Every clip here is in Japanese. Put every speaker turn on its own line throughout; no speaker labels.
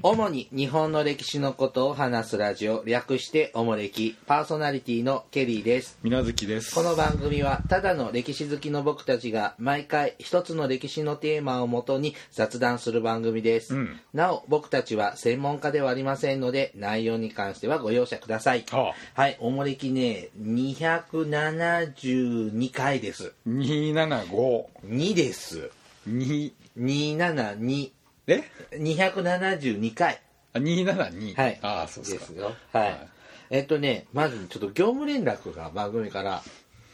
主に日本の歴史のことを話すラジオ略しておもれきパーソナリティのケリーです
水無月です
この番組はただの歴史好きの僕たちが毎回一つの歴史のテーマをもとに雑談する番組です、
うん
なお僕たちは専門家ではありませんので内容に関してはご容赦ください
あ
はいおもれきね272回です
2752
2です272
え
272回
あ272
はい。
ああそうですか
よ。はい。
はい
えっとね、まずちょっと業務連絡が番組から、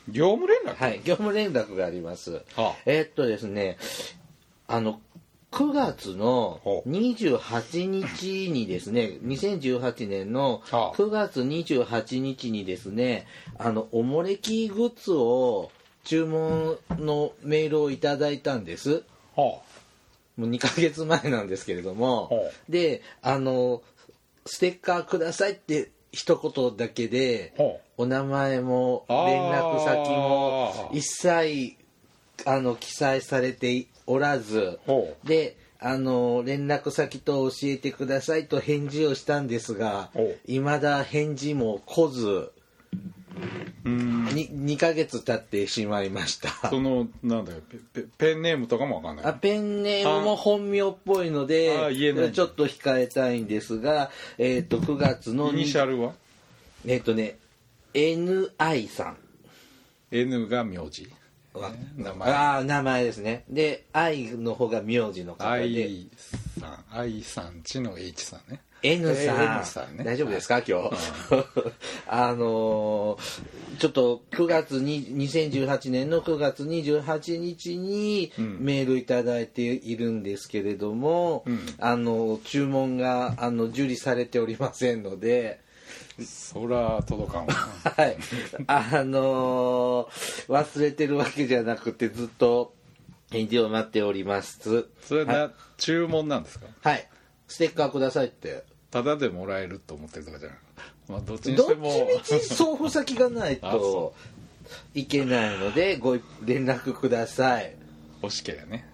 業務連絡、
はい、業務連絡があります。
はあ
えっとですね、あの、9月の
ほう
28日にですね、2018年の
はあ
9月28日にですね、あの、おもれきグッズを注文のメールをいただいたんです。
は
もう2ヶ月前なんですけれど
ほ
もであのステッカーくださいって一言だけで
ほ
お名前も
あ
連
ー
絡先も一切あの記載されておらず
ほう
であの連絡先と教えてくださいと返事をしたんですが
ほ
いまだ返事も来ず
うーん
に2ヶ月経ってしまいました。
そのなんだよペペペンネームとかもわかんない
あペンネームも本名っぽいので
あー言えない
ちょっと控えたいんですが、えっと9月の
イニシャルは
えっ、とね NI さん
N が名字
は
名前
あー名前ですねで I の方が名字の方で
I さん I さんちの H さんね
N さん,、
N さんね
大丈夫ですか、今日 あのーちょっと9月に2018年の9月28日に
ん
メールいただいているんですけれども、
うん
あの注文があの受理されておりませんので。
そら届かんわ な
はい、あのー忘れてるわけじゃなくてずっと返事を待っております
それはな、
は
注文なんですか
はいステッカーくださいって
ただでもらえると思ってるとかじゃない、まあ、どっちに
ど
し
ってち
も
みち送付先がない
あ
と
そ
いけないのでご連絡ください
欲しけりゃね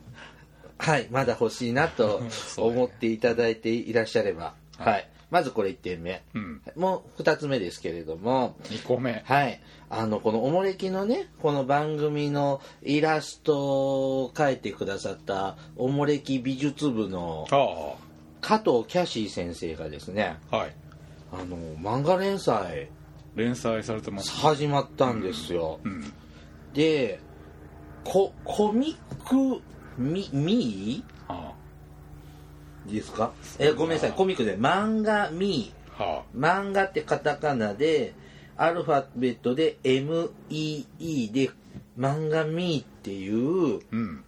はいまだ欲しいなと
そうだね
思っていただいていらっしゃれば、
はい
はい、まずこれ1点目、
うん
もう2つ目ですけれども
2個目
はい。あの、このおもれきのね、この番組のイラストを描いてくださった、おもれき美術部の
あ
加藤キャシー先生がですね、
あはい
あの、漫画連載
連載されてます
始まったんですよ。
うん
で、コ、コミック、み、ミ
は
ーですかえ、ごめんなさい、コミックで、漫画ミー。
あは
漫画ってカタカナでアルファベットで MEE で漫画ミーっていう
あうん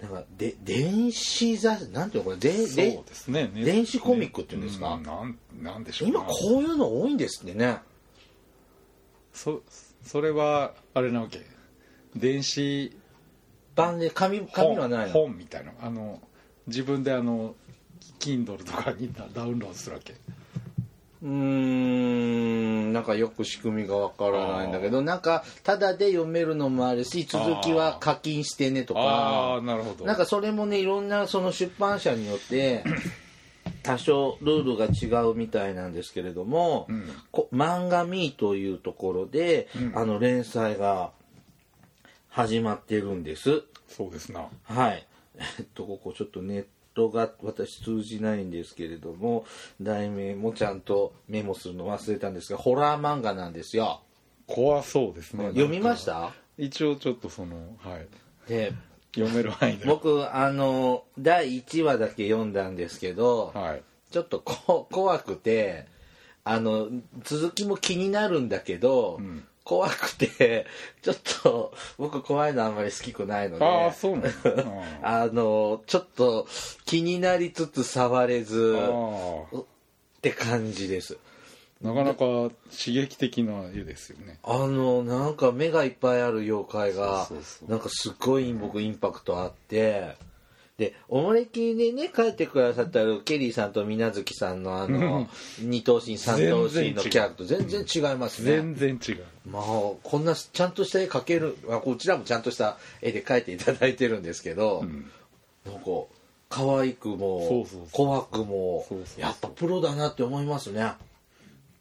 なんかで電子雑なんていうのこれで
そう
で
ですねね
電子コミックっていうんですか
うなんなんでしょうな
今こういうの多いんですってね
そそれはあれなわけ電子
版で紙紙
本
はないの
本みたいなあの自分であの Kindle とかにダダウンロードするわけ
うーんなんかよく仕組みがわからないんだけどなんかただで読めるのもあるし続きは課金してねとか
ああなるほど
なんかそれもねいろんなその出版社によって 多少ルールが違うみたいなんですけれども、
うん
こ漫画ミーというところで、
うん
あの連載が始まってるんです。
そうですな
はい。えっと、ここちょっとネットが私通じないんですけれども、題名もちゃんとメモするの忘れたんですが、ホラー漫画なんですよ。
怖そうですね
読みまし
なんか
た
一応ちょっとそのはい
で
読める範囲で
僕、あの、第1話だけ読んだんですけど、
はい
ちょっとこ怖くてあの続きも気になるんだけど、
うん
怖くてちょっと僕怖いのあんまり好きくないので
ああそう なんだ、うんあ
あのちょっと気になりつつ触れず
あ
って感じです
なかなか刺激的な絵ですよね
あのなんか目がいっぱいある妖怪が
そうそうそう
なんかすごい僕インパクトあってでおもれきでね書いてくださったケリーさんと水無月さんのあの二頭身三頭身のキャラと全然違いますね
全然違う
まあこんなちゃんとした絵描けるあこちらもちゃんとした絵で描いていただいてるんですけど、なんか可愛くも
そうそうそう
紅白も
そうそうそう
やっぱプロだなって思いますね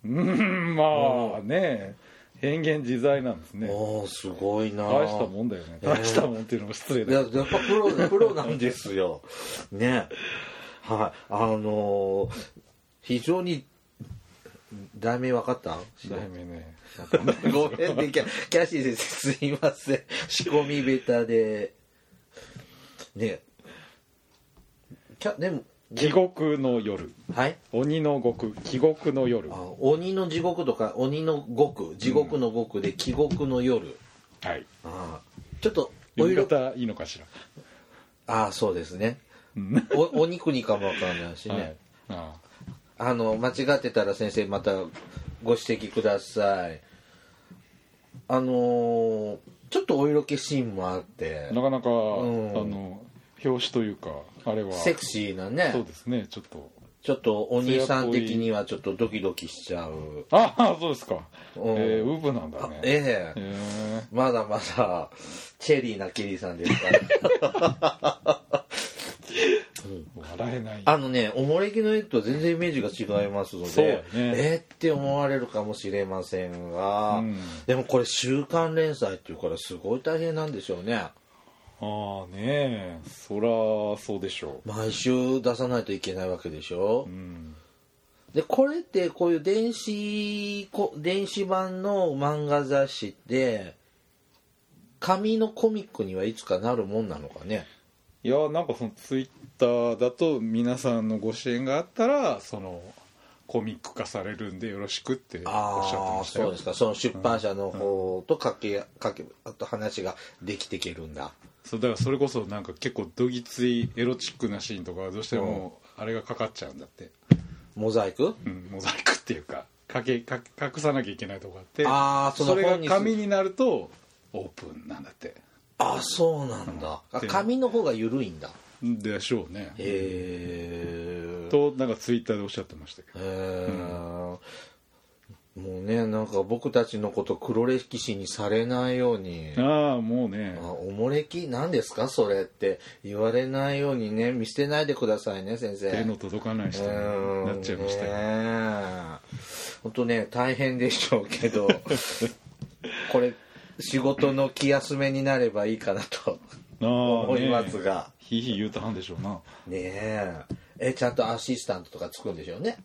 うんまあね変幻自在なんですね
おーすごいな
大したもんだよね
えー
大したもんっていうのも失礼
いや
だ
やっ
け
ぱプロプロなんです よねはいあのー非常に題名分かった
ど題名ね
ごめんねキャキャシー先生すいません仕込みベタでねキャでも
地獄の夜
はい
鬼の獄地獄の夜
あ
は
鬼の地獄とか鬼の獄地獄の獄で地獄の夜、
い
あーちょっとお
呼び
色
方いいのかしら
ああそうですね
うん
おお肉にかもわかんないしね、
はいあ
あの間違ってたら先生またご指摘くださいあのーちょっとお色気シーンもあって
あなかなかあ
ん
の表紙というかあれは
セクシーな
そう
ね
ですねちょっと
ちょっとお兄さん的にはちょっとドキドキしちゃう
ああそうですか
うん
えーウブなんだ
あ
ねえ
ええ
ー
まだまだチェリーなケリーさんですから
笑えない
あのねおもれきの絵と全然イメージが違いますので、
そうだね
えーって思われるかもしれませんが、
うん
でもこれ週刊連載っていうからすごい大変なんでしょうね
ああねえそらそうでしょ
毎週出さないといけないわけでしょ
うう、ん
でこれってこういう電子こ電子版の漫画雑誌って紙のコミックにはいつかなるもんなのかね
いやなんかそのツイッターだと皆さんのご支援があったらそのコミック化されるんでよろしくってお
あ
っしゃって
あ
ました
そう
よ
ですかその出版社の方とかけかけあと話ができていけるんだ
そうだからそれこそなんか結構どぎついエロチックなシーンとかはどうしてもあれがかかっちゃうんだって、
モザイク
うん、モザイクっていうかかけか隠さなきゃいけないとこがあって
あーその
れが
本にする
紙になるとオープンなんだって
あそうなんだあ
で
紙の方が緩いんだ
でしょうね
へえ
となんかツイッターでおっしゃってましたけど
へえもうねなんか僕たちのこと黒歴史にされないように
ああもうね
あおもれき何ですかそれって言われないようにね見捨てないでくださいね先生
手の届かない人になっちゃいましたよ、
よ本当ね大変でしょうけど これ仕事の気休めになればいいかなと
ああ
思いますが
ひいひい言うたはんでしょうな
ねええちゃんとアシスタントとかつくんでしょうね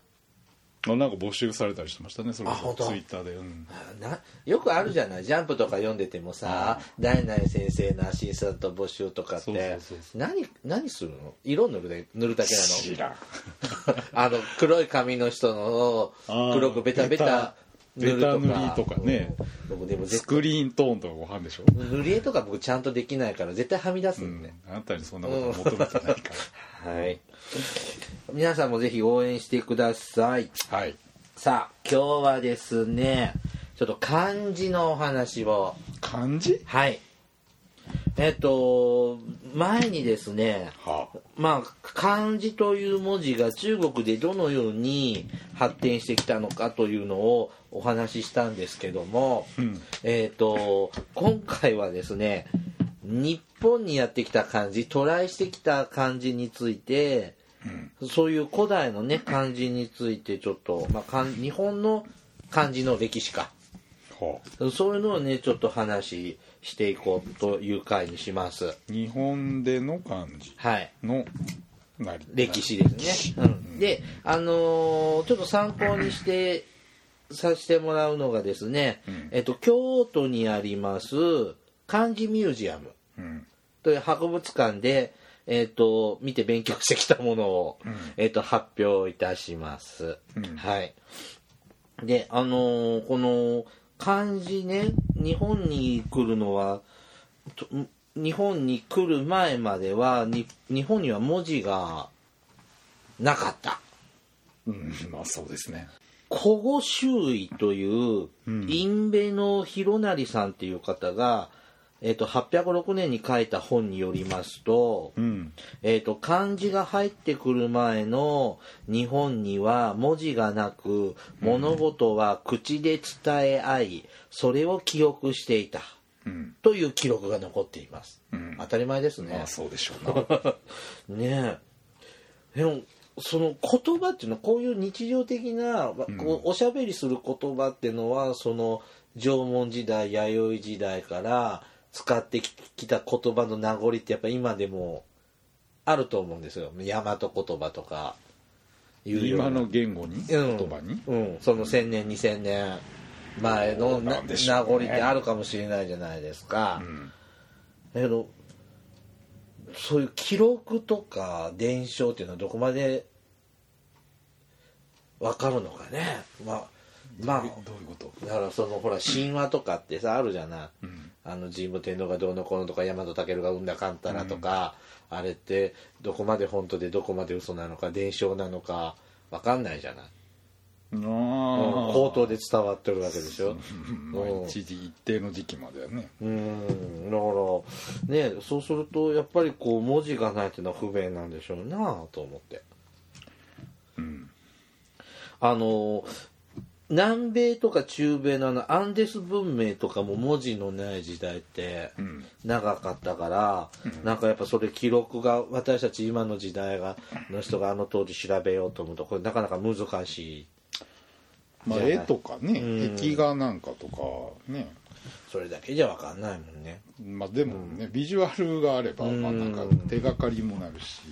あなんか募集されたりしてましたねそれこ
あ本当
そツイッターで、うん、
なよくあるじゃない「ジャンプ」とか読んでてもさ「何々先生のアシスタント募集」とかっ
そうそ
て
うそうそ
何何するの色塗るで塗るだけなの
知らん
あの黒い髪の人の
あー
黒くベタベタ塗るとか
ベタ塗りとかね
うん僕でも
ス
絶
クリーントーンとかご飯でしょ、
塗り絵とか僕ちゃんとできないから絶対はみ出す
うん
で
ん、あなたにそんなこと求めてないか
はい皆さんもぜひ応援してください
らはい
さあ今日はですねちょっと漢字のお話を
漢字
はいえっと前にですね
はあ
まあ、漢字という文字が中国でどのように発展してきたのかというのをお話ししたんですけども、
うん
えー、と今回はですね日本にやってきた漢字トライしてきた漢字について、そういう古代のね漢字についてちょっと、まあ、漢日本の漢字の歴史か
は
そういうのをねちょっと話していこうという回にします。
あ日本での漢字
はい
のなり
歴史ですね、うん、であのーちょっと参考にしてさせてもらうのがですね、えっと、京都にあります漢字ミュージアム
うん
という博物館で、えっと、見て勉強してきたものを、えっと、発表いたします、
うん
はいであのーこの漢字ね日本に来るのはと日本に来る前まではに日本には文字がなかった
うんまあそうですね
古語周囲という
うん
印米の広成さんっていう方が、えっと806年に書いた本によりますと,、
うん
えっと漢字が入ってくる前の日本には文字がなく物事は口で伝え合いそれを記憶していた
うん
という記録が残っています。
うん
当たり前ですね。
まあそうでしょうな
ねえでもその言葉っていうのはこういう日常的な、わこうおしゃべりする言葉っていうのはその縄文時代弥生時代から使ってききた言葉の名残ってやっぱ今でもあると思うんですよ大和言葉とかいうような
今の言語に
うん
言葉に
うん、その1000年2000年前
ど
の
うな
なん
でしょう
名
ね
残ってあるかもしれないじゃないですか
う、ん
だけどそういう記録とか伝承っていうのはどこまでわかるのかねまあま
え
あ
どういうこと
だからそのほら神話とかってさあるじゃない、
うん
あの神武天皇がどうのこうのとか大和武が生んだかんたらとか、あれってどこまで本当でどこまで嘘なのか伝承なのかわかんないじゃないうん口 頭で伝わってるわけでしょ。
うんまあ
うん
一時一定の時期まではね
うん、だから、ね、そうすると、やっぱりこう、文字がないっていうのは不便なんでしょうなと思って。
うん
あの、南米とか中米のあの、アンデス文明とかも文字のない時代って
うん
長かったから、なんかやっぱそれ記録が、私たち今の時代が、の人があの当時調べようと思うと、これなかなか難しい。
まあ
じゃない
絵とかね
うん
壁画なんかとかね
それだけじゃわかんないもんね。
まあでもねビジュアルがあれば
うん
まあなんか手がかりもなるし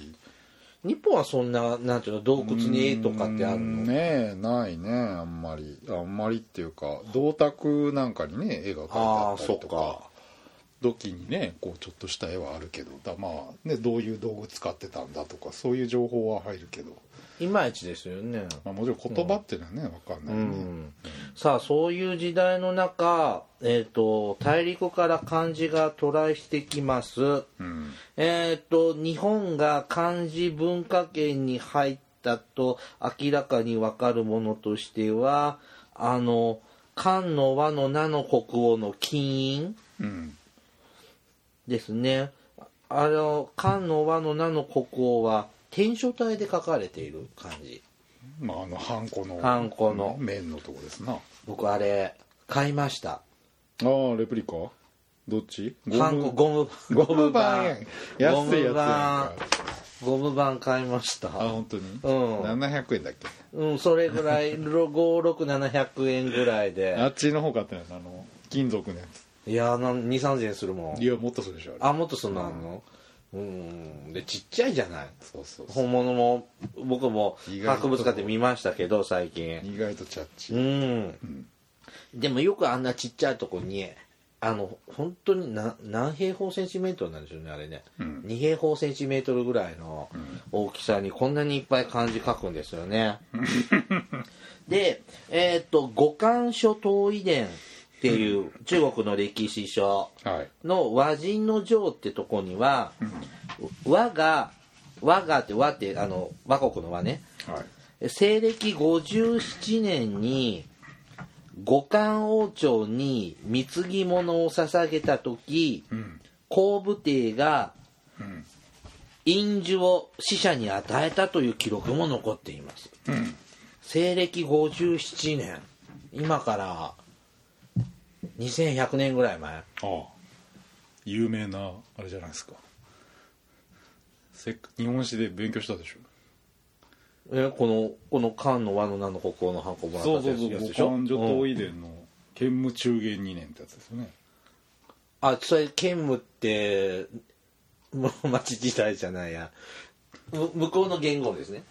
日本はそんな、なんていうの、洞窟に絵とかってある
うん
の
ねえないねあんまりあんまりっていうか銅鐸なんかにね絵が描いてあった
あー
りと
そっ
か
か
土器にねこうちょっとした絵はあるけどだまあねどういう道具使ってたんだとかそういう情報は入るけど、
いまいちですよね。
まあ、もちろん言葉っていうのはね分かんな
う
いね、
ん、さあそういう時代の中、えー、と大陸から漢字が渡来してきます。
うん
えー、と日本が漢字文化圏に入ったと明らかにわかるものとしてはあの漢の和の名の国王の金印
うん
ですね。あの漢の和の名の国王は篆書体で書かれている漢字。
まああのハンコの
ハンコの
面のとこですなあ
僕あれ買いました。
あレプリカどっち
ハンコゴム
ゴム版やん
ゴム
安いやつや
版
んか
ゴム版買いました
あ本当に、
うん
700円だっけ
うんそれぐら い56700円ぐらい
あ
で
っちの方買ったよあの金属のやつ
いやー23000円するも
い
ん
やもっとするでしょあれ
あもっとそんなあんのうんでちっちゃいじゃない
そうそうそう
本物も僕も
意外と
博物館で見ましたけど最近
意外とチャッチ、
うんでもよくあんなちっちゃいとこにあの本当にな何平方センチメートルなんでしょうねあれね、
うん
2平方センチメートルぐらいの大きさにこんなにいっぱい漢字書くんですよね。で、えーっと五漢書統遺伝っていう中国の歴史書
はい
の和人の城ってとこには和が和がって和ってあの和国の和ね
はい
西暦57年に五漢王朝に貢ぎ物を捧げた時
うん
皇武帝が
うん
印字を死者に与えたという記録も残っています、
ん
西暦57年今から2100年ぐらい前
ああ有名なあれじゃないですかせっか日本史で勉強したでしょ
えこのこの漢の和の名の国王のハンコもらったやつでしょ
五女
う
東
ん
遺伝の建武中元2年ってやつですよね
あそれ剣武って室町時代じゃないやむ向こうの言語ですね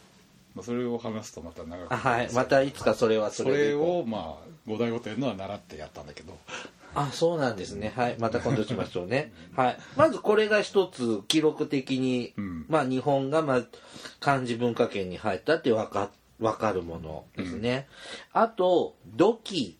まあそれを話すとまた長く
あはい
ま
またいつかそれはそ
そ
れで
れをまあ五大御殿のは習ってやったんだけど
あそうなんですねはいまた今度しましょうね、はい、まずこれが一つ記録的に、
うん
まあ、日本が、まあ、漢字文化圏に入ったってわかわかるものですね、あと土器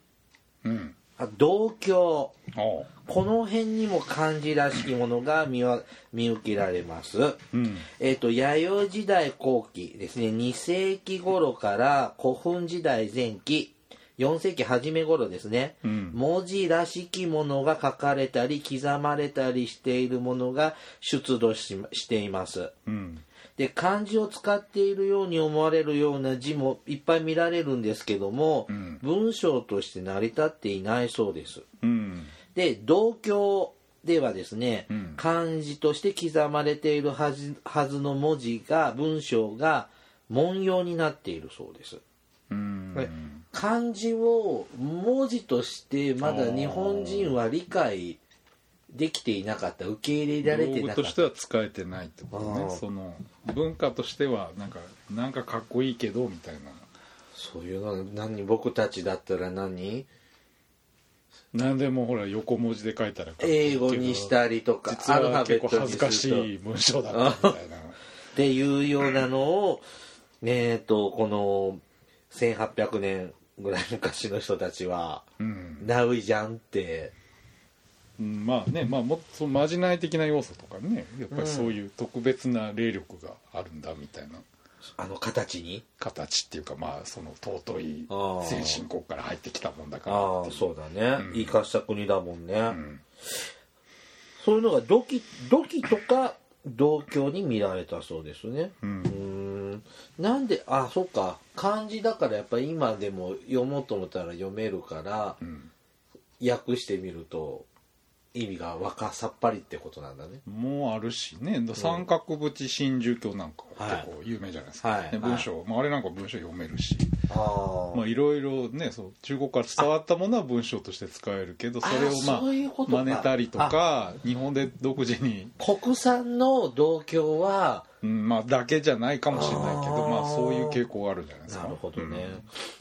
うん
あ銅鏡
ああ
この辺にも漢字らしきものが見わ見受けられます、
うん
えっ、と弥生時代後期ですね2世紀頃から古墳時代前期4世紀初め頃ですね、
うん
文字らしきものが書かれたり刻まれたりしているものが出土ししています
うん
で漢字を使っているように思われるような字もいっぱい見られるんですけども、
うん
文章として成り立っていないそうです
うん
で同居ではですね、
うん
漢字として刻まれているはずはずの文字が文章が文様になっているそうです。
うん
はい漢字を文字としてまだ日本人は理解できていなかった受け入れられて
道
な
具
か
と
っ
しては使えてないってこと
あ
ね
ー
その文化としてはなんかなんかかっこいいけどみたいな
そういうの何僕たちだったら何
何でもほら横文字で書いたらかっこいいけ
英
ど
語にしたりとか
実
アルフ
は
ァベ
結
ッ
構
ト
恥
に
ずか
す
し
る
い文章だったみたいな
とっていうようなのをえっとこの1800年ぐらい昔の人たちは
うん
「ナウイじゃん」って
うんまあねまあもっとまじない的な要素とかねやっぱりそういう特別な霊力があるんだみたいな
あの形に
形っていうかまあその尊い
あー
先進国から入ってきたもんだから
ああ
ってい
そうだね
うん
生かした国だもんね、
うん
そういうのが土器土器とか同居に見られたそうですね
う
うんーんなんであそっか漢字だからやっぱり今でも読もうと思ったら読めるから
うん
訳してみると意味がわかさっぱりってことなんだね
もうあるしね三角縁真珠教なんかは結構有名じゃないですか、
はい
ね
はい
文章、まあ、あれなんか文章読めるし、
あ
まあ、いろいろねそう中国から伝わったものは文章として使えるけど
あ
それをまあ
そういうことか
真似たりとか日本で独自に、
国産の同居は
うんまあ、だけじゃないかもしれないけど
あー
まあ、そういう傾向があるんじゃないですか
なるほどね、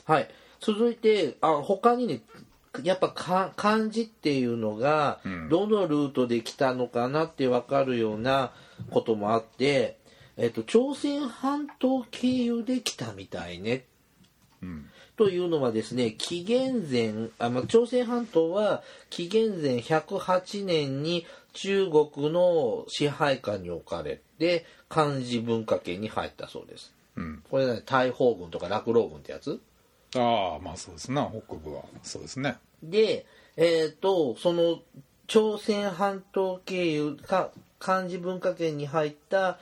はい続いてあ他にねやっぱか漢字っていうのが
うん
どのルートで来たのかなって分かるようなこともあって、えっと、朝鮮半島経由で来たみたいね
うん
というのはですね紀元前あ、まあ、朝鮮半島は紀元前108年に中国の支配下に置かれて漢字文化圏に入ったそうです
うん、
これね大砲軍とか落老軍ってやつ
ああまあそうですな北部はそうですね
でえっ、とその朝鮮半島経由か漢字文化圏に入った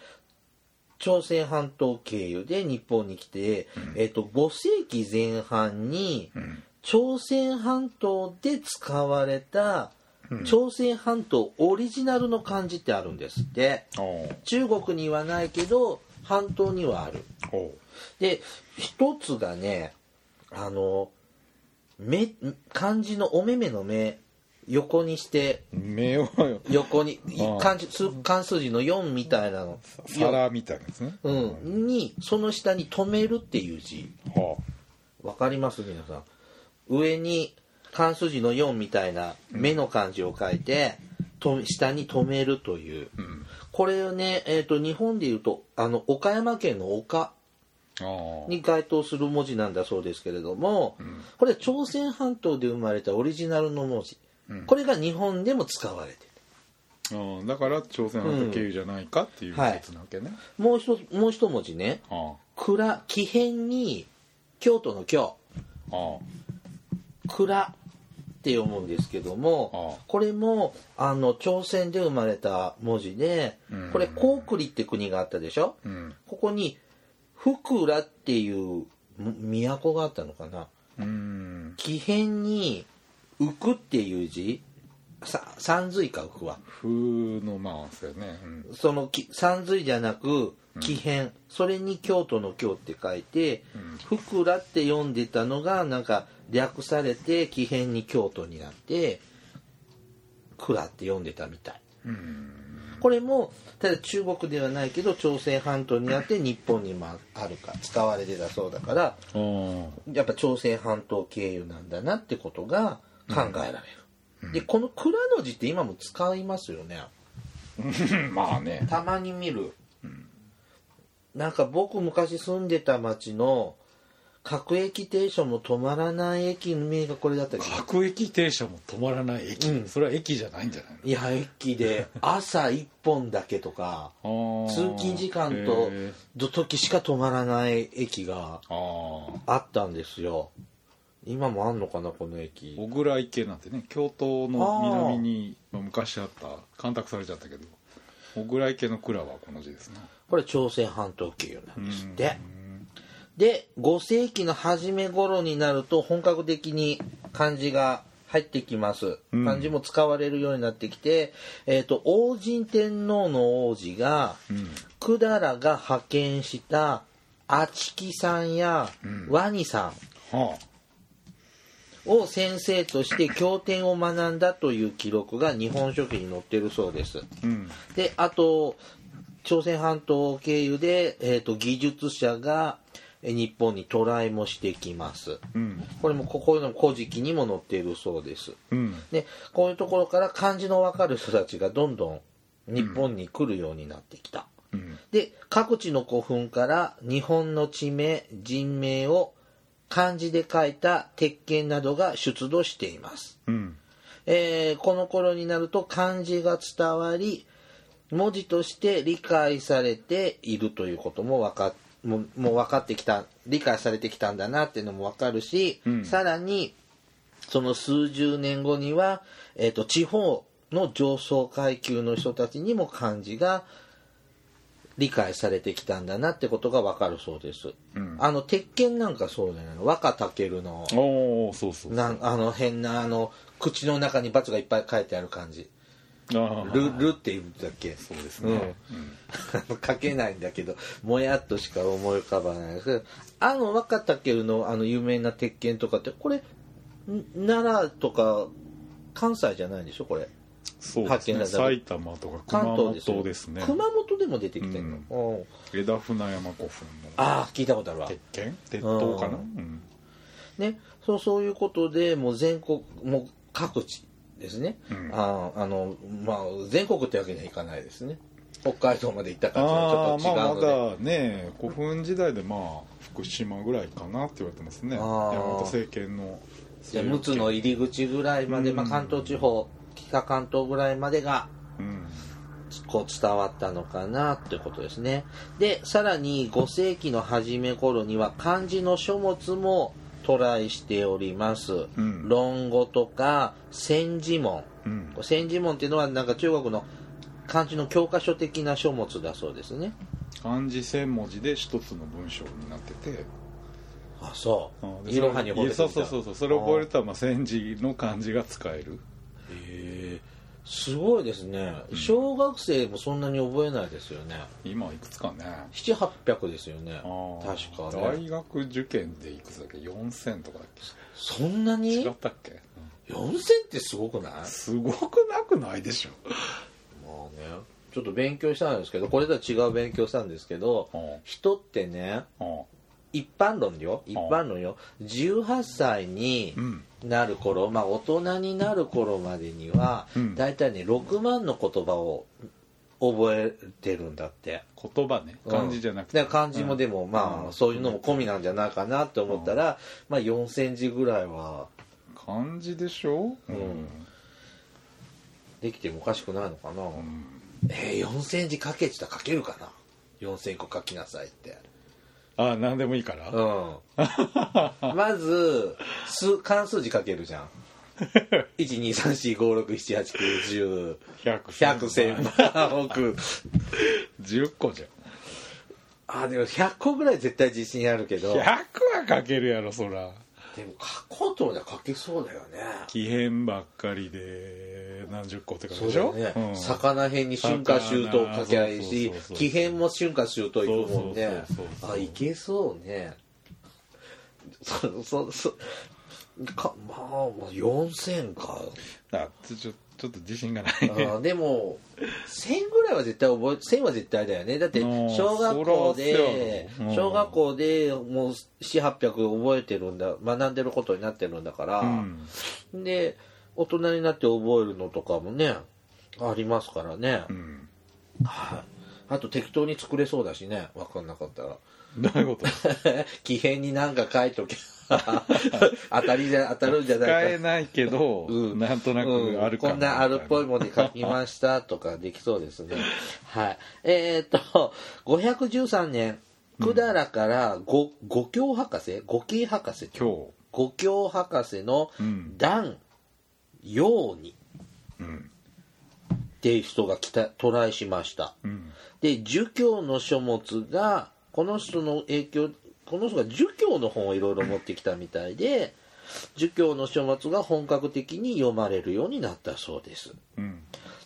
朝鮮半島経由で日本に来て、えっと5世紀前半に
うん
朝鮮半島で使われた朝鮮半島オリジナルの漢字ってあるんですって
おう
中国にはないけど半島にはある
おう
で一つがねあの目漢字のお目目の目横にして
目は
横にい
ああ
漢字数漢数字の4みたいなの
皿みたいなですね、
うん、にその下に「止める」っていう字
は
わかります皆さん上に漢数字の4みたいな目の漢字を書いて、と下に「止める」という
あ、うん、
これをね、えー、と日本でいうとあの岡山県の岡
ああ
に該当する文字なんだそうですけれども、これは朝鮮半島で生まれたオリジナルの文字、これが日本でも使われて
うん、だから朝鮮半島経由じゃないかっていう
うんはい
説なわけね、
るもう一つもう一文字ね
あ
「蔵」木片に京都の京
あああ
「蔵」って読むんですけども
ああ
これもあの朝鮮で生まれた文字で
うん
これ「高栗」って国があったでしょ
うん
ここに「福浦」っていう都があったのかな
うん
木片に「浮く」っていう字さ三髄か浮くは
風のまあそうよね、うん、
そのき三髄じゃなく木片、それに京都の京って書いて
うん
「福ら」って読んでたのがなんか略されて木片に京都になって「蔵」って読んでたみたい
うん
これもただ中国ではないけど朝鮮半島にあって日本にもああるか使われてたそうだから
ああ
やっぱ朝鮮半島経由なんだなってことが考えられる、でこの「蔵」の字って今も使いますよね
うん まあね
たまに見る、なんか僕昔住んでた町の各駅停車も止まらない駅の名がこれだった り
各駅停車も止まらない駅、
うん
それは駅じゃないんじゃない
いや駅で朝1本だけとか
のああ
通勤時間と
へえ
ど時しか止まらない駅が
ああ
あったんですよ今もあんのかなこの駅
小倉池なんてね京都の南にまあ昔あった干拓されちゃったけど小倉池の蔵はこの字ですね
これ朝鮮半島経由なんですってで5世紀の初め頃になると本格的に漢字が入ってきます、
うん
漢字も使われるようになってきて、えー、と王神天皇の王子が、百済が派遣したあちきさんや、ワニさん
は
を先生として経典を学んだという記録が「日本書紀」に載ってるそうです。
あうん
であと朝鮮半島経由で、えー、と技術者がえー日本に渡来もしてきます
うん
これもここういうのも古事記にも載っているそうです
うん
でこういうところから漢字の分かる人たちがどんどん日本に来るようになってきた、
うん
で各地の古墳から日本の地名人名を漢字で書いた鉄拳などが出土しています
うん
えーこの頃になると漢字が伝わり文字として理解されているということも分かもうもう分かってきた理解されてきたんだなっていうのも分かるし、
うん
さらにその数十年後には、えー、と地方の上層階級の人たちにも漢字が理解されてきたんだなってことが分かるそうです。
うん
あの鉄拳なんかそうじゃないの若竹の
おおそうそうそう
なんあの変なあの口の中に罰がいっぱい書いてある感じ
あ
「
ー
ル」ルって言うんだっけ
そうですね、うん
うん書けないんだけどもやっとしか思い浮かばないですけどあの若竹のあの有名な鉄拳とかってこれん奈良とか関西じゃないんでしょこれ
そうですね
発見され
埼玉とか
関
熊
東ですよ
本ですね
熊本でも出てきてるの、うん
枝船山古墳の
ああ聞いたことあるわ
鉄拳鉄塔かな
う
うん
ね、そうそういうことでもう全国もう各地ですね、
うん
あーあのまあ、全国ってわけにはいかないですね北海道まで行った感じ
あ
は
あ
ちょ
ま
っと違う
あ
ので、
まだね古墳時代でまあ福島ぐらいかなって言われてますね
あ
山
ー
本政権の
じゃあ陸奥の入り口ぐらいまで、まあ、
うん
関東地方北関東ぐらいまでが
うん
こう伝わったのかなってことですねでさらに5世紀の初め頃には漢字の書物も渡来しております、
うん
論語とか千字文
うん
千字文っていうのはなんか中国の漢字の教科書的な書物だそうですね
漢字1000文字で一つの文章になってて
あそ
あ
う
で
いろはに惚れて
そうそうそうそうそれを覚える
て
とまあ千字の漢字が使える
へえすごいですね小学生もそんなに覚えないですよね
今いくつかね
7800ですよね
あー
確かね
大学受験でいくつだっけ4000とかだっ
そんな
け違
に
ったっけうん
4000ってすごくない
すごくなくないでしょ
まあねちょっと勉強したんですけどこれとは違う勉強したんですけど
うん
人ってね
う
一般論よ一般論よ18歳に
ん
なる頃、まあ、大人になる頃までには、
うん
大体ね6万の言葉を覚えてるんだって
言葉ね漢字じゃなくて
うんだから漢字もでも、まあそういうのも込みなんじゃないかなって思ったら、まあ4センチぐらいは
漢字でしょうん
できてもおかしくないのかな、
ん
えー、4センチかけてたらかけるかな4千個書きなさいって
ああ何でもいいから
うんまず数漢数字かける じゃん12345678910
100
100千万億
10個じゃん
あでも100個ぐらい絶対自信あるけど
100
で
は書けるやろそら
も書こうと思ったら書けそうだよね
奇変ばっかりで何十個って感じ
そう
で
だ
しょ
よね、
うん
魚編に春夏秋冬書きゃいいし
そうそうそうそう
奇変も春夏秋冬いくもんね
そうそうそうそう
あいけそうねそそそかまあまあ4000か
あちょちょっと自信がない
あーでも1000ぐらいは絶対覚え1000は絶対だよねだって
うん
小学校で
そらそうやろうん
小学校でもう400800覚えてるんだ学んでることになってるんだから、
うん
で大人になって覚えるのとかもねありますからね、
うん
はいあと適当に作れそうだしね分かんなかったら
どういうこと
奇変になんか書いとけ 当たりじゃ当たるんじゃないか
使えないけど
うん
なんとなくあるか
うんこんなあるっぽい
も
ものに書きましたとかできそうです ねはいえー、っと513年百済から五五教博士五経博士
今
五教博士の
うん
段陽に
日うん
っていう人が来た渡来しました
うん
で儒教の書物がこの人の影響この人が儒教の本をいろいろ持ってきたみたいで儒教の書物が本格的に読まれるようになったそうです
うん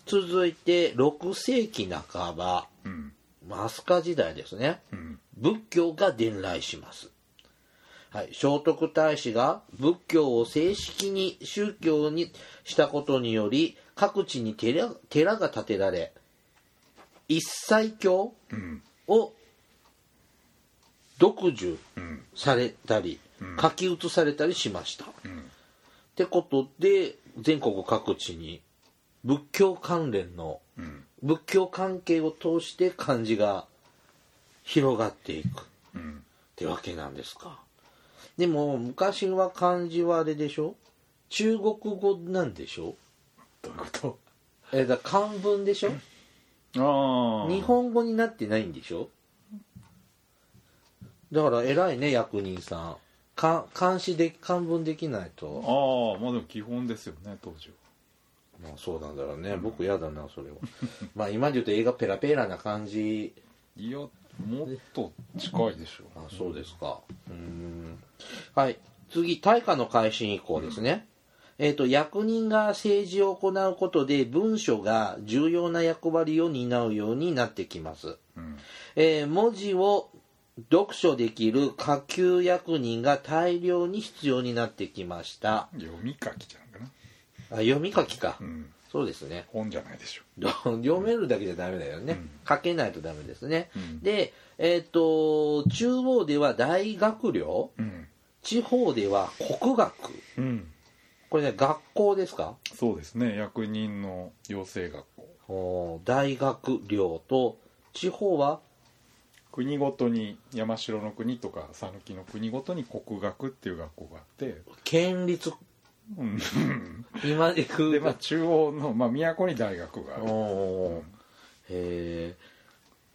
続いて6世紀半ば
うん
飛鳥時代ですね
うん
仏教が伝来します、はい、聖徳太子が仏教を正式に宗教にしたことにより各地に寺寺が建てられ一切教
うん
を独樹
うん
されたり、書き写されたりしました。
ん
ってことで全国各地に仏教関連の
うん
仏教関係を通して漢字が広がっていくっ
うん
てわけなんですか。でも昔は漢字はあれでしょ中国語なんでしょ
どういうこ
えだから漢文でしょ
とああ
日本語になってないんでしょだから偉いね役人さんか監視で漢文できないと
ああまあでも基本ですよね当時
ま
は
あそうなんだろうね僕嫌だなそれはまあ今で言うと映画ペラペラな感じ
いやもっと近いでしょ
あそうですかうーんはい次大化の改新以降ですね、えっ、と役人が政治を行うことで文書が重要な役割を担うようになってきます
うん
えー文字を読書できる下級役人が大量に必要になってきました
読み書きじゃんかな
あ読み書きか、
うん
そうですね
本じゃないでしょ
読めるだけじゃダメだよね、
うん
書けないとダメですね、
うん
でえっ、と中央では大学寮
うん
地方では国学
うん
これね学校ですか
そうですね役人の養成学校
おー大学寮と地方は
国ごとに山城の国とか讃岐の国ごとに国学っていう学校があって、
県立
うん、
今でく
で、まあ、中央の、まあ、都に大学がある
おーへ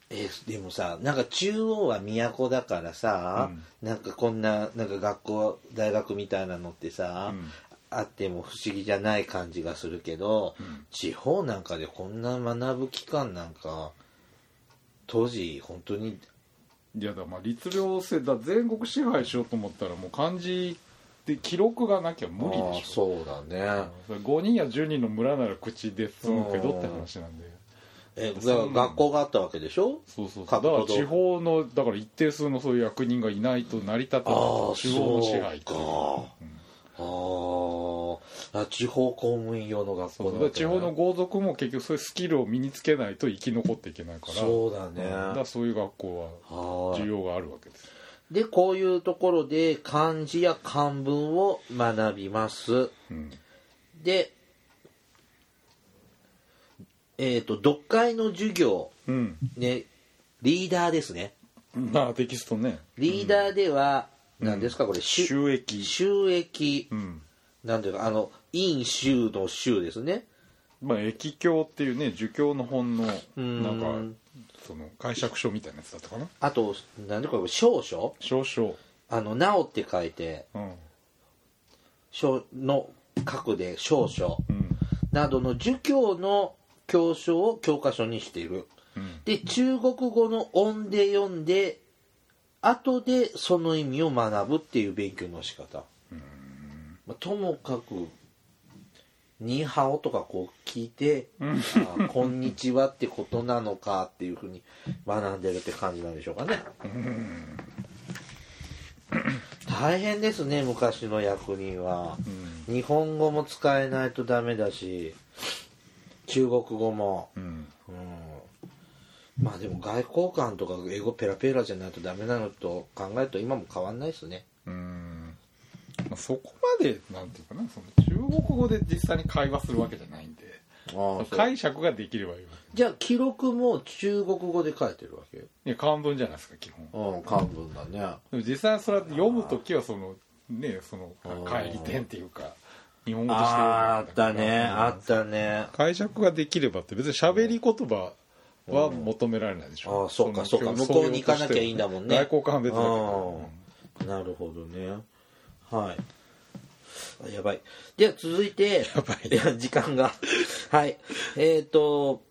ーえーでもさなんか中央は都だからさ、なんかこんななんか学校大学みたいなのってさ、
うん
あっても不思議じゃない感じがするけど、
ん
地方なんかでこんな学ぶ期間なんか当時本当に
いやだまあ律令制だ全国支配しようと思ったらもう漢字で記録がなきゃ無
あ
理で
ー
し
そ
ょ
うだね、
それ5人や10人の村なら口で済むけどって話なんで
えだから学校があったわけでしょ
そうそうそうだ
各
から
都道府
地方のだから一定数のそういう役人がいないと成り立たない
ああ
中央の支配っていう
そうかあーあ地方公務員用の学
そ
校
う
だ
だか
わ
ら
け
地
ね
方の豪族も結局そういうスキルを身につけないと生き残っていけないから
そうだね
だからそういう学校は
は
需
い
要があるわけです
でこういうところで漢字や漢文を学びます
うん
でえっ、と読解の授業
うん
ねリーダーですね
まあテキストね
リーダーでは、何ですかこれし
収益
収益
うん
なんていうかあの陰州の州ですね
まあ液経っていうね儒教の本の
ん
なんかその解釈書みたいなやつだったかな
あと何でこれ少々
少々
あの「なお」って書いて
うん
「少」の角で「少々」
うん
などの儒教の教書を教科書にしている
うん
で中国語の音で読んで後でその意味を学ぶっていう勉強の仕方まあともかく「ニーハオ」とかこう聞いて「あこんにちは」ってことなのかっていうふうに学んでるって感じなんでしょうかね大変ですね昔の役人は
うん
日本語も使えないとダメだし中国語も
うん
うんまあでも外交官とか英語ペラペラじゃないとダメなのと考えると今も変わんないですね
うんまあそこまでなんていうかなその中国語で実際に会話するわけじゃないんで
あ
解釈ができればいいわ
じゃあ記録も中国語で書いてるわけ
けいや漢文じゃないですか基本
うん漢文だね
でも実際それは読む時はそのねその帰り点っていうか日本語として読む
あ
ん
っ
だか
た
ら
ね
うん
あったね
解釈ができればって別に喋り言葉は求められないでしょ、
ああそうか
の
そうか
教
向こうに行かなきゃいいんだもんね
外交官は別だけど
うんなるほどねはいあやばいでは続いて
やばい
や時間がはいえっ、と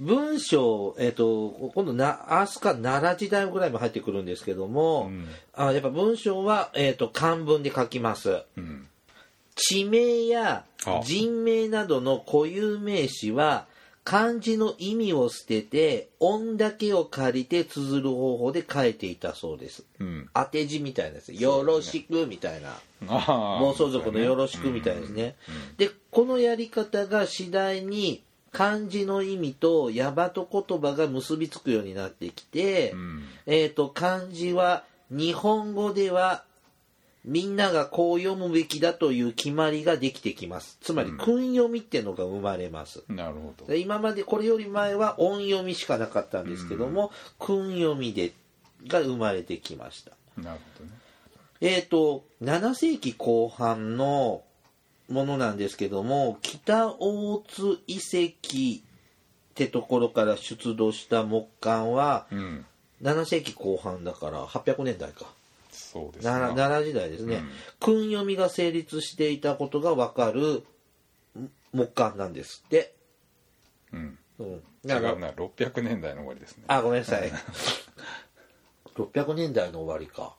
文章、えっ、と、今度な、アスカ奈良時代ぐらいも入ってくるんですけども、
うん
あやっぱ文章は、えっ、と、漢文で書きます。
うん
地名や
あ
人名などの固有名詞は、漢字の意味を捨てて、音だけを借りて綴る方法で書いていたそうです。
うん
当て字みたいなです。よろしくみたいな。
ああ
妄想族のよろしくみたいですね。で、このやり方が次第に漢字の意味とヤバト言葉が結びつくようになってきて、
ん
えっ、と、漢字は日本語ではみんながこう読むべきだという決まりができてきます。つまり、訓読みってのが生まれます。
なるほど
で今までこれより前は音読みしかなかったんですけども、訓読みでが生まれてきました。
なるほどね
えー、と7世紀後半のものなんですけども北大津遺跡ってところから出土した木簡は
うん
7世紀後半だから800年代か
そうです
奈良
な
奈良時代ですね、訓読みが成立していたことがわかるん木簡なんですって、
うん
うん、
違
だから
うな600年代の終わりですね
あごめんなさい600年代の終わりか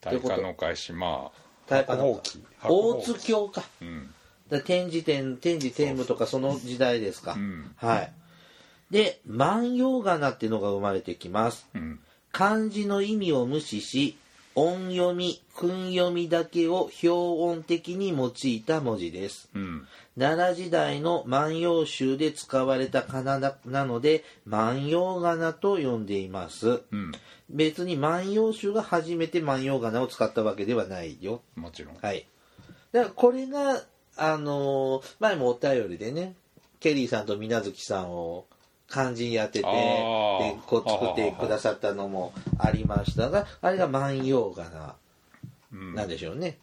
大化の開始まあ
大化の
白
大
鵬期
津京か
うん
だから展示展展示テームとかその時代ですか、
ん
はいで万葉仮名っていうのが生まれてきます
うん
漢字の意味を無視し音読み訓読みだけを表音的に用いた文字です
うん
奈良時代の万葉集で使われた仮名だなので万葉仮名と呼んでいます
うん
別に万葉集が初めて万葉仮名を使ったわけではないよ
もちろん
はい。だからこれが、あのー前もお便りでね、ケリーさんと水無月さんを漢字に当てて、で
あー
こう作ってくださったのもありましたが、あれが万葉仮名
うん
なんでしょうね。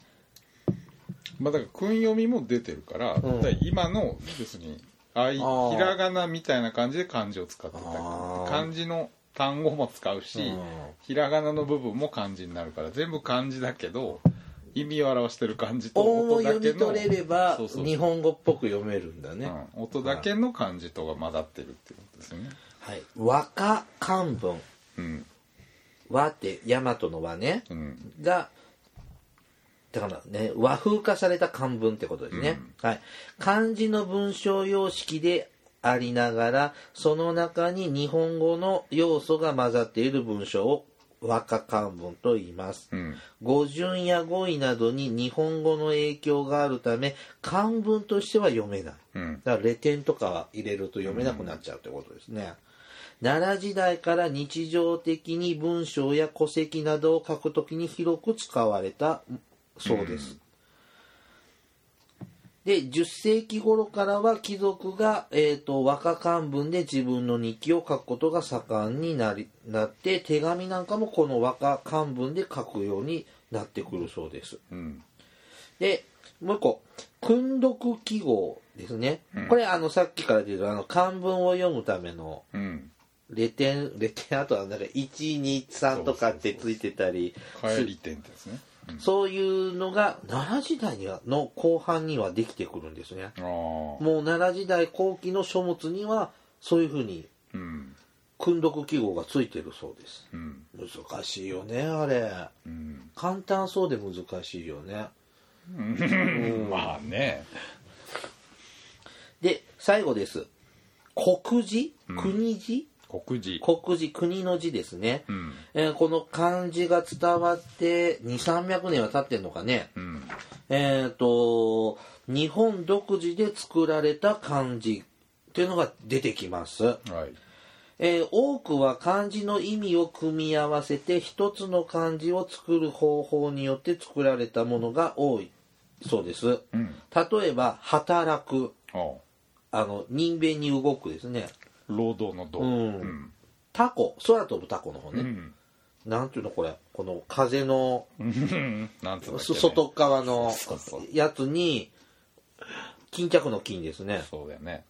まあだから訓読みも出てるから、
ん
だから今の別にあい
あー
ひらがなみたいな感じで漢字を使ってたり
あー
漢字の単語も使うし、
うん
ひらがなの部分も漢字になるから全部漢字だけど意味を表してる漢字と
音を
音だ
読
け
み
の
取れれば
そうそう
日本語っぽく読めるんだね。
うん、音だけの漢字とが混ざってるっていうことですよね、
はい。和歌漢文。
うん
和って大和の和ね。
うん、
がだからね和風化された漢文ってことですね、はい、漢字の文章様式でありながらその中に日本語の要素が混ざっている文章を和歌漢文と言います、
うん、
語順や語彙などに日本語の影響があるため漢文としては読めない、
うん
だからレ点とかは入れると読めなくなっちゃうってことですね、奈良時代から日常的に文章や戸籍などを書くときに広く使われたそうです、で10世紀頃からは貴族が、えー、と和歌漢文で自分の日記を書くことが盛んになりなって手紙なんかもこの和歌漢文で書くようになってくるそうです
うん、
でもう一個訓読記号ですね、これあのさっきから出てるあの漢文を読むための
うん、
レテンレテンあとはなんか123とかってついてたり
帰り点ですね
そういうのが奈良時代にはの後半にはできてくるんですね
ああ
もう奈良時代後期の書物にはそういうふうに
うん
訓読記号がついてるそうです
うん
難しいよねあれ
うん、
簡単そうで難しいよね
まあね
で最後です国字国字、
国字
国字国の字ですね、
ん
えーこの漢字が伝わって2300年は経ってんのかね、
うん
えっ、と日本独自で作られた漢字っていうのが出てきます、
はい
えー多くは漢字の意味を組み合わせて一つの漢字を作る方法によって作られたものが多いそうです、
ん
例えば「働く
ああ」
あの人弁に動くですね
労働の道
う
うん
ん、タコ空飛ぶタコの方ね、
うん
なんていうのこれこの風の
なんつうんだっけね
そ外側の
そうそう
やつに巾着の金ですね
そうだよね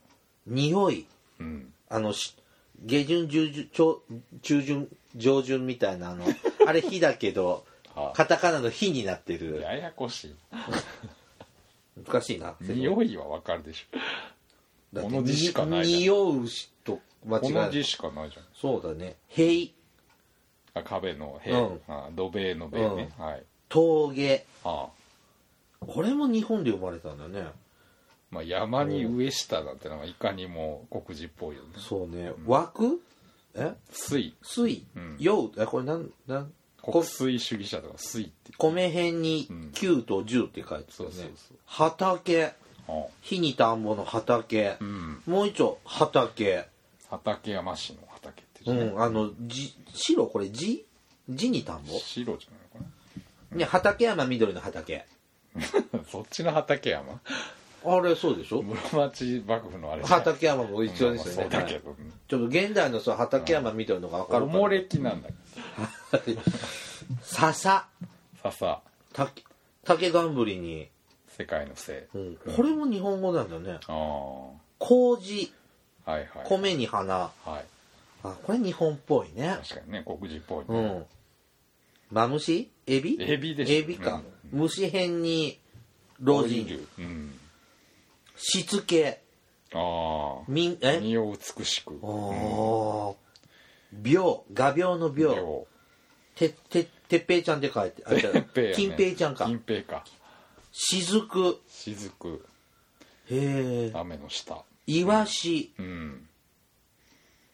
匂い
うん
あのし下旬中旬中中旬上旬みたいな あのあれ火だけど
あ
カタカナの火になってる
ややこしい
難しいな
匂いはわかるでしょ
だって
この字しかないじゃん
に匂うしと間違
こ
い
の
な
字
い
しかないじゃん
そうだね「塀
あ壁の塀、
うん
あ土塀の塀ね、はい
峠
ああ」
これも日本で生まれたんだね
まあ、山に上下なんてのはいかにも国字っぽいよね
そうね枠え
水
水
うん
陽えこれなんなん
国粋主義者とか水って
米辺に
うん
9と10って書いてた
そ
よ
うそう
ね
そう
畑
あ
火に田んぼの畑
あうん
もう一丁畑
畠山市の畑って
う
字、
んあのじ白これ字字に田んぼ
白じゃない
ね畑山緑の畑
のかな そっちの畠山
あれそうでしょ
室町幕府のあれ
畠山も一緒ですよね、
まあまあそうだ
は
け
い
ど、ね
ちょっと現代のそう畠山みたいなのが分か
お
る
も
か
れきなんだけ
ら笹
ど笹
竹竹がんぶりに、
世界のせい、
うんこれも日本語なんだよね
ああ
麹
はいはい
米に花
はい
あこれ日本っぽいね
確かにね国字っぽい、
う
ね
んマムシエビ
エビでしょ
エビか、虫編に老人
老うん
しつけ
あ
みん
あ
え
身を美しく
おー病画病の
手
病
を
てててっぺいちゃんって書いてあ違う
ペイやね
金平ちゃんか
金平か
雫
雫
へえ
雨の下
イワシ
うん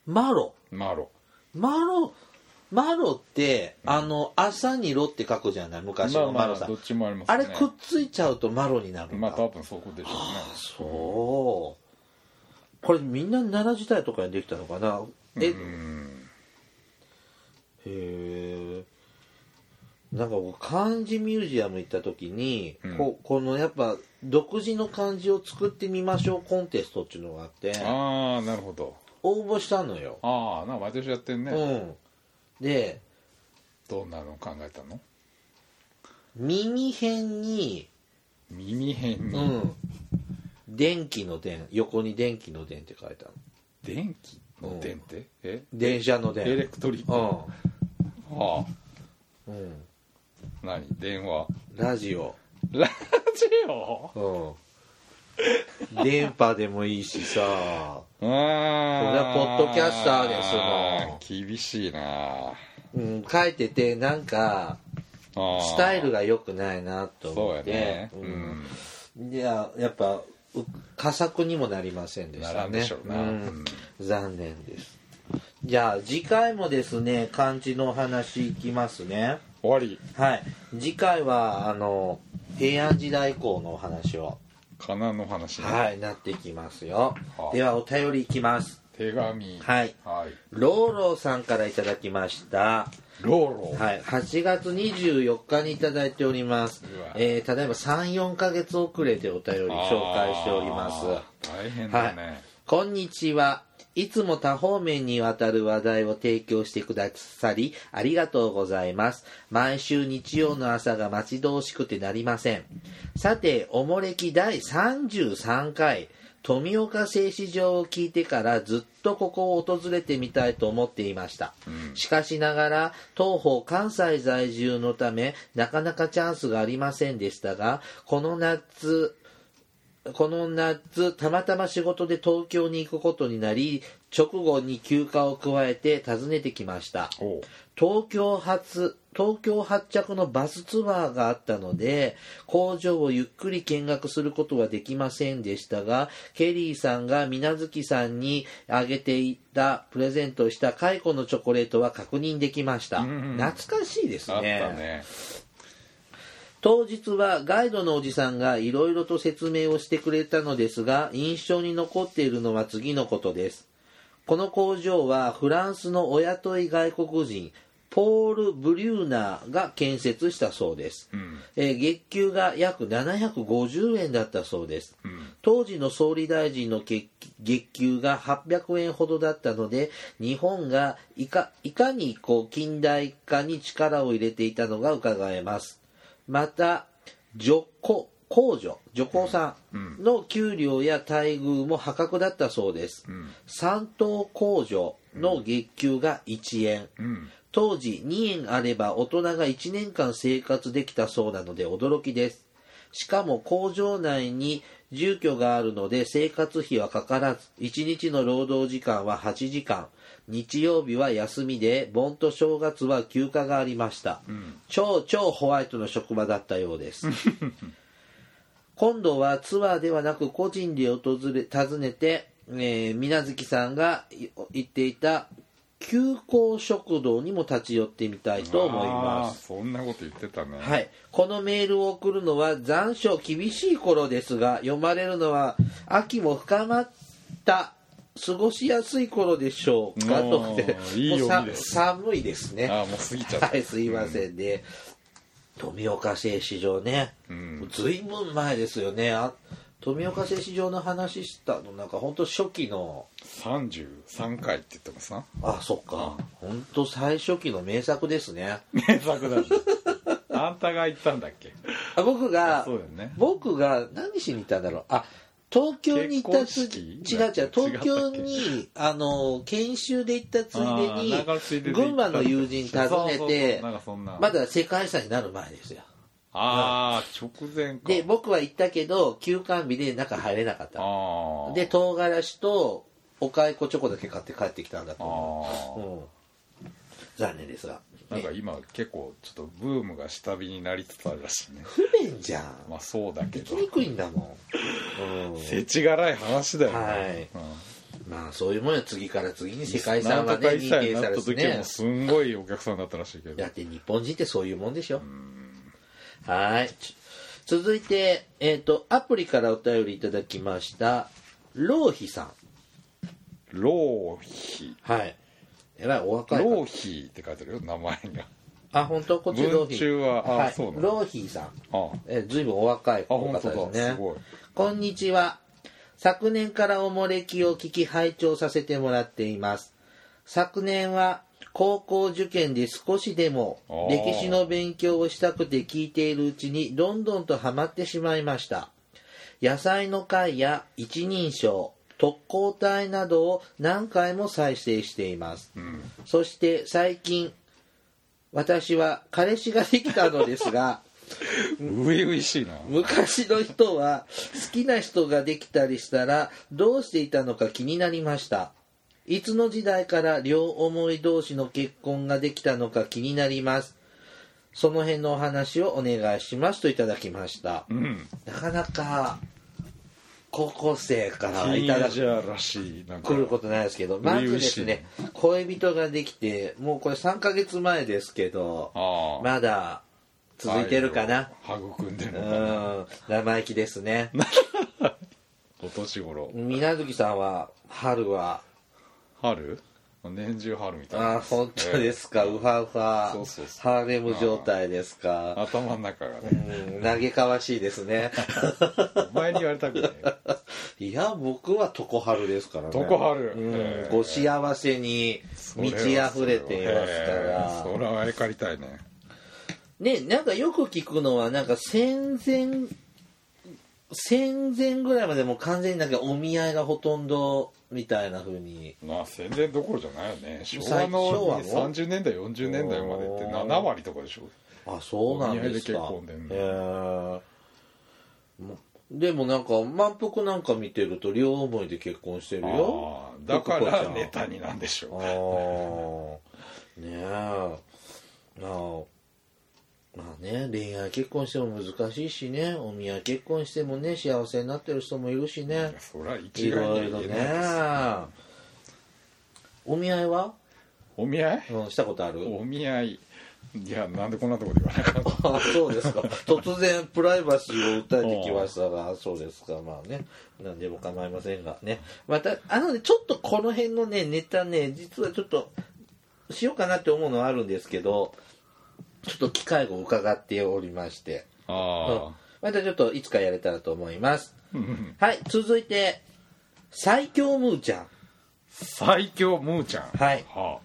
マロ
マロ
マロマロってあの朝にロって書くじゃない昔
まあ
のマ
ま
ロ
あ
さん、
どっちもありますね
あれくっついちゃうとマロになるん
ま
だ、
あ多分そこでしょうね
そうこれみんな奈良時代とかにできたのかなえ、
うん
へえなんかこう漢字ミュージアム行った時に、
うん
ここのやっぱ独自の漢字を作ってみましょうコンテストっていうのがあって
ああなるほど
応募したのよ、
ああなんか毎年やってんね、
うんで
どんなの考えたの
耳辺に、
耳辺に、
うん、電気の電横に電気の電って書いたの
電気の電って、え
電車の
エレ
電
クトリック、
う
ああ
ん、うん、
何電話
ラジオ
ラジオ
うん電波でもいいしさ
うーん
これはポッドキャスターです
もん厳しいな
うん、書いててなんかスタイルが良くないなと
そう
思
や
って
ね、うん
うんいややっぱう佳作にもなりませんでし
な
た
ら
ね
んでしょうな、
うん残念ですじゃあ次回もですね漢字のお話いきますね
終わり
はい次回はあの平安時代以降のお話を
仮名の話、ね
はいなってきますよ
はあ
ではお便りいきます
手紙
はい
はい
ローローさんからいただきました
ローロー、
はい、8月24日にいただいております
うわ。
えー、ただいま3、4ヶ月遅れてお便り紹介しております。
あー大変だね、
こんにちは。いつも多方面にわたる話題を提供してくださり、ありがとうございます。毎週日曜の朝が待ち遠しくてなりません。さて、おもれき第33回、富岡製糸場を聞いてからずっとここを訪れてみたいと思っていました。しかしながら、東方関西在住のため、なかなかチャンスがありませんでしたが、この夏、この夏、たまたま仕事で東京に行くことになり、直後に休暇を加えて訪ねてきました。
おう
東京発、東京発着のバスツアーがあったので、工場をゆっくり見学することはできませんでしたが、ケリーさんが水無月さんにあげていた、プレゼントしたカイコのチョコレートは確認できました。
うん
懐かしいです
あったね
当日はガイドのおじさんがいろいろと説明をしてくれたのですが印象に残っているのは次のことですこの工場はフランスのお雇い外国人ポール・ブリューナーが建設したそうです、
うん
えー月給が約750円だったそうです
うん
当時の総理大臣の月月給が800円ほどだったので日本がいかいかにこう近代化に力を入れていたのが伺えますまた女工工女女工さんの給料や待遇も破格だったそうです、
ん
三等工女の月給が1円、
うん
当時2円あれば大人が1年間生活できたそうなので驚きですしかも工場内に住居があるので生活費はかからず、1日の労働時間は8時間、日曜日は休みで、盆と正月は休暇がありました。超超ホワイトの職場だったようです。今度はツアーではなく個人で訪れ訪ねて、えー、水無月さんがい言っていた休校食堂にも立ち寄ってみたいと思います。
あーそんなこと言ってたね、
はい、このメールを送るのは残暑厳しい頃ですが読まれるのは秋も深まった過ごしやすい頃でしょうか
お
と
ー
かって
いい
もうさ
読みです
寒いですね
ああもう過ぎちゃった、
はいすいませんね、富岡製糸場ね、
ん
ずいぶん前ですよねあ富岡製糸場の話したのなんか本当初期の
33回って言ってますな
あそっか本当最初期の名作です ね
名作だねあんたが言ったんだっけ
あ僕が
そうだよね
僕が何しに行ったんだろうあ東京に行ったつ
結婚式
違う違う東京
違
にあの研修で行ったつい
あーなんかつい
で
で
に
に
群馬の友人訪ね
そうそうそ
て
うなんかそんな
まだ世界遺産になる前ですよ
ああ直前か
で僕は行ったけど休館日で中入れなかった
ああ
で唐辛子とおかいこチョコだけ買って帰ってきたんだと
あ
思
あ
う、うん、残念ですが
なんか
ね
今結構ちょっとブームが下火になりつつあるらしいね
不便じゃん
まあそうだけ
行き
ど
にくいんだもん、うん、
世知辛い話だよね、
はい
うん
まあそういうもんよ次から次に世界遺産
な
は
ん
ね
とか遺
認
産に
定
な
され
った
て
時
ね
もすんごいお客さんだったらしいけど
だって日本人ってそういうもんでしょはいち続いて、えっとアプリからお便りいただきました浪費さん
浪費
はいえらいお若い方
浪費って書いてるよ名前が
あ本当こっち浪
文
費
中はあ
はい、
そうなの
浪費さん
あ
えずいぶんお若い
あ
方
本
です
当だ、
ね
すごい
こんにちは。昨年からおもれきを聞き拝聴させてもらっています。昨年は高校受験で少しでも
あー
歴史の勉強をしたくて聞いているうちにどんどんとハマってしまいました。野菜の会や一人称、特攻隊などを何回も再生しています。
うん
そして最近、私は彼氏ができたのです が、
初々しいな
昔の人は好きな人ができたりしたらどうしていたのか気になりましたいつの時代から両思い同士の結婚ができたのか気になりますその辺のお話をお願いしますといただきました
うん
なかなか高校生から
ティ
いた
ー
だ
ンジ
く
ャーらしいなんか
来ることないですけどまずですね恋人ができてもうこれ3ヶ月前ですけど
ああ
まだ続いてるかな
愛を育んでる
う
のかなん
生意気ですね
お年頃
水無月さんは春は
春年中春みたいな
ああ本当ですか、
ええ
ウハウハ
そうそうそう
ハーレム状態ですか
頭の中が
う
ね
ん嘆かわしいです ね
お前に言われた くないよ
いや僕は常春ですからね
常春
うん
ええ
ご幸せに満ち溢れていますか
ええ
ら
それはあやかりたいね
ねなんかよく聞くのはなんか戦前戦前ぐらいまでもう完全になんかお見合いがほとんどみたいな風に
まあ戦前どころじゃないよね昭和
昭和
の
の
30年代40年代までって7割とかでしょ
あそうなんですか
お見合いで結婚でね
へえもでもなんか満腹なんか見てると両思いで結婚してるよ
ああだか
徳子ちゃ
ら
ん
ネタになんでし
あ
ょ
ーねえなあまあね恋愛結婚しても難しいしねお見合い結婚してもね幸せになってる人もいるし
う
ね
そりゃ一
い
概に
ろ
はい
ろ
言え
ね
ないです
お見合いは、
お見合い
うん、したことある
お見合いいやなんでこんなとこで言わなかった
あそうです か突然プライバシーを訴えてきましたがそうですかまあね何でも構いませんがねまたあのねちょっとこの辺のねネタね実はちょっとしようかなって思うのはあるんですけどちょっと機会を伺っておりまして、うん
あ
またちょっといつかやれたらと思います
あ、うん
はい続いて最強ムーちゃん
最強ムーちゃん
はい
は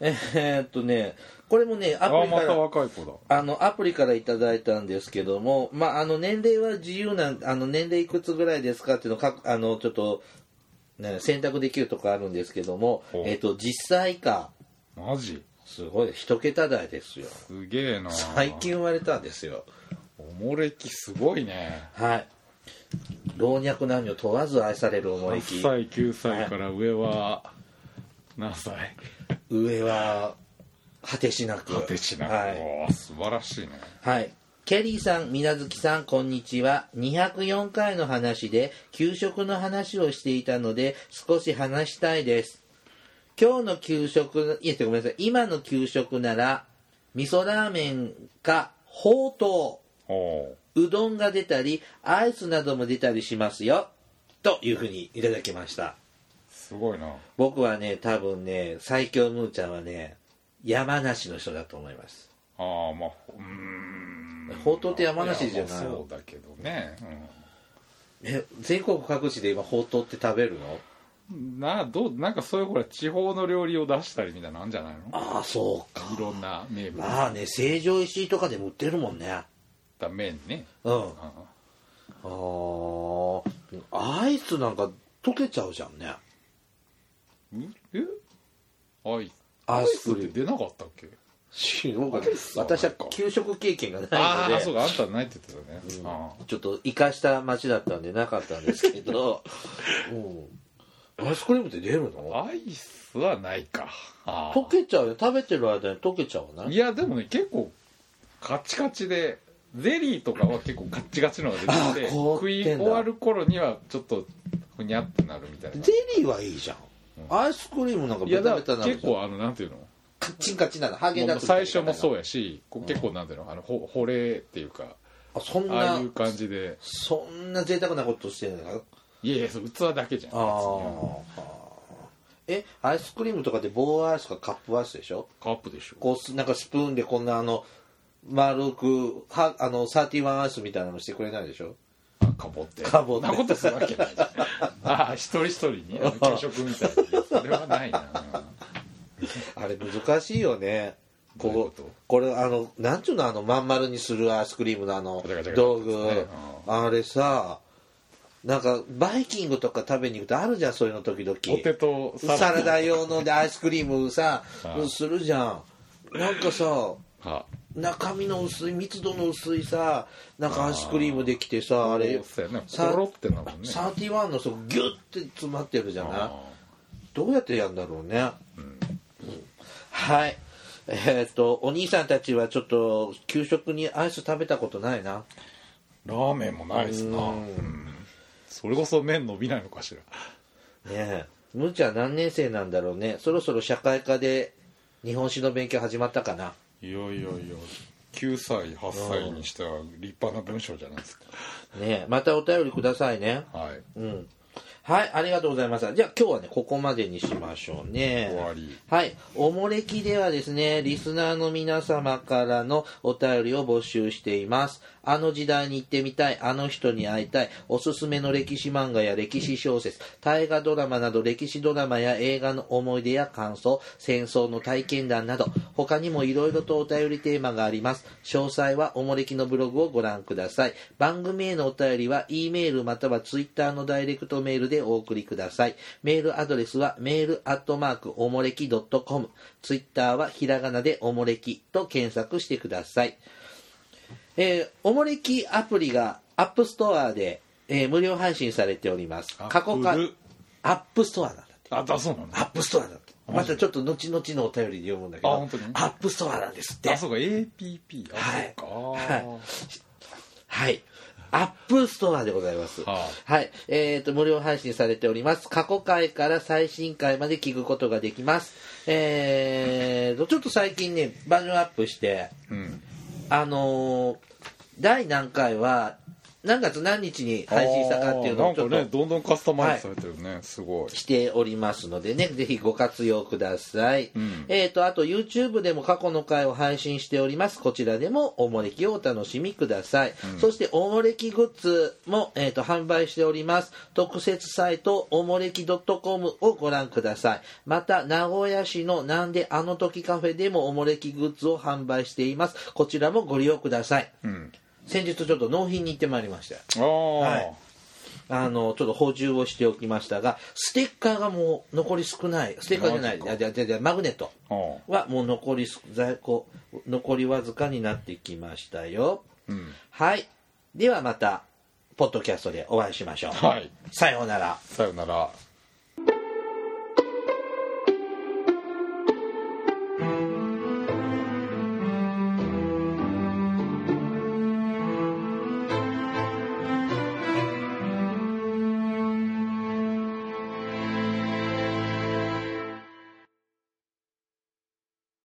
えーっとねこれもねア
あ、
プ
あ
リ
ま
か
た
ら
若い子だ
あのアプリからいただいたんですけども、まあ、あの年齢は自由なんあの年齢いくつぐらいですかっていうのをかあのちょっと、ね、選択できるとこあるんですけども
ほ、う
えっと実際以下
マジ
すごい一桁台ですよ
すげえな
最近生まれたんですよ
おおもれきすごいね
はい老若男女問わず愛されるおもれき
8歳9歳から上は何歳
上は果てしなく
果てしなく、
はい、
おー素晴らしいね
はい、ケリーさん水無月さんこんにちは204回の話で給食の話をしていたので少し話したいです今日の給食いやごめんなさい今の給食なら味噌ラーメンかほうと
おお
ううどんが出たりアイスなども出たりしますよというふうにいただきました
すごいな
僕はね多分ね最強ムーちゃんはね山梨の人だと思います
ああまあうーん
ほうとうって山梨じゃない
やまあそうだけどね、
え全国各地で今ほうとうって食べるの
うん、などうなんかそういうほら地方の料理を出したりみたいなのあんじゃないの
ああそうか
いろんな名物
まあね成城石井とかでも売ってるもんね
だ麺ね、
うん
うん
あーアイスなんか溶けちゃうじゃんね
うんえアイ
ア
ア
イ
イ
ス
ス
ク
っ
リーム
て出なかったっけ
し僕は
アイスはな い
私
か
は給食経験がな
あ
いの
あ
で
そうかあんたないって言ってたね、あ
ちょっと生かした町だったんでなかったんですけ ど、うん、アイスクリームって出るの
あアイスはないかああ
溶けちゃうよ食べてる間に溶けちゃうない
やでもね結構カチカチでゼリーとかは結構カッチカチのが出てきて
あ凍っ
食
て
い
んだ
終わる頃にはちょっとふにゃってなるみたいな
ゼリーはいいじゃんアイスクリームなんか
い
ベ
や
タ
だ
ベタ
か
な
ら
る
結
じゃん
構あのなんていうの
カッチンカチンなのハーゲンダ
も
ッ
う
ツ
最初もそう
や
やしこう結構なんていうのあのほ保冷っていうか
そん
あ
な
あいう感じで
そんな贅沢なことしてるのか
いやいやそう器だけじゃん
あえアイスクリームとかって棒アイスかカップアイスでしょ
カップでしょ
こうすなんかスプーンでこんなあの丸くはあのサーティワンアイスみたいなのしてくれないでしょ
あかぼって
かぼって
そんなことするわけないじゃんああ一人一人にあの給食みたいなそれはな いな
あれ難しいよねこ
どういうこと
これあのなんちゅうのあのまん丸にするアイスクリームのあの
ガチャガチャガチャ
道具、
ですね
あれさなんかバイキングとか食べに行くとあるじゃんそういうの時々
ポテト
サラダ用のでアイスクリームさ
はい
するじゃんなんかさ
は
中身の薄い密度の薄いさなんかアイスクリームできてさあれ
そうやね
さ
ポロってなるもんね
サーティワンのそこギュッて詰まってるじゃない
あ
どうやってやるんだろうね、うんはいえっ、とお兄さんたちはちょっと給食にアイス食べたことないな
ーラーメンもないですな
うん
うんそれこそ麺伸びないのかしら
ねえむーちゃん何年生なんだろうねそろそろ社会科で日本史の勉強始まったかない
やいやいや9歳8歳にしては立派な文章じゃないですか
ねえまたお便りくださいね
はい
うんはい、ありがとうございます。じゃあ今日はね、ここまでにしましょうね。
終わり
はい。おもれきではですね、リスナーの皆様からのお便りを募集しています。あの時代に行ってみたい、あの人に会いたい、おすすめの歴史漫画や歴史小説、大河ドラマなど歴史ドラマや映画の思い出や感想、戦争の体験談など、他にもいろいろとお便りテーマがあります。詳細はおもれきのブログをご覧ください。番組へのお便りは、E メールまたは Twitter のダイレクトメールでお送りください。メールアドレスは、メールアットマークおもれき .com。Twitter はひらがなでおもれきと検索してください。えーおもれきアプリが App Store で、えー無料配信されております。過去か
アップル、
App Store なんだって。
あだそうなの
アップストアだってまたちょっと後々のお便りで読むんだけど
あ本当に
アップストアなんですって
あそうか APP
はい
あそうかあー
はいアップストアでございます。
は
はい。えっ、と、無料配信されております。過去回から最新回まで聞くことができます。えーと、ちょっと最近ね、バージョンアップして、
うん
あのー第何回は、何月何日に 配信したかっていうのをち
あ
ょっ
ーなんかね
と
どんどんカスタマイズされてるねすごい
しておりますのでね、ぜひご活用ください。
ん
えっ、と、あと YouTube でも過去の回を配信しております。こちらでもおもれきをお楽しみください。そして、おもれきグッズも、えー、と販売しております。特設サイト、おもれき .com をご覧ください。また、名古屋市のなんであの時カフェでもおもれきグッズを販売しています。こちらもご利用ください。
うん
先日ちょっと納品に行ってまいりました。
ああ
いあの、ちょっと補充をしておきましたが、ステッカーがもう残り少ない、ステッカーじゃない、
マジ
い
か
やいやいやいやマグネット
ああ
はもう残りす在庫、残りわずかになってきましたよ。
うん
はい。ではまた、ポッドキャストでお会いしましょう。
はい
さようなら。
さよなら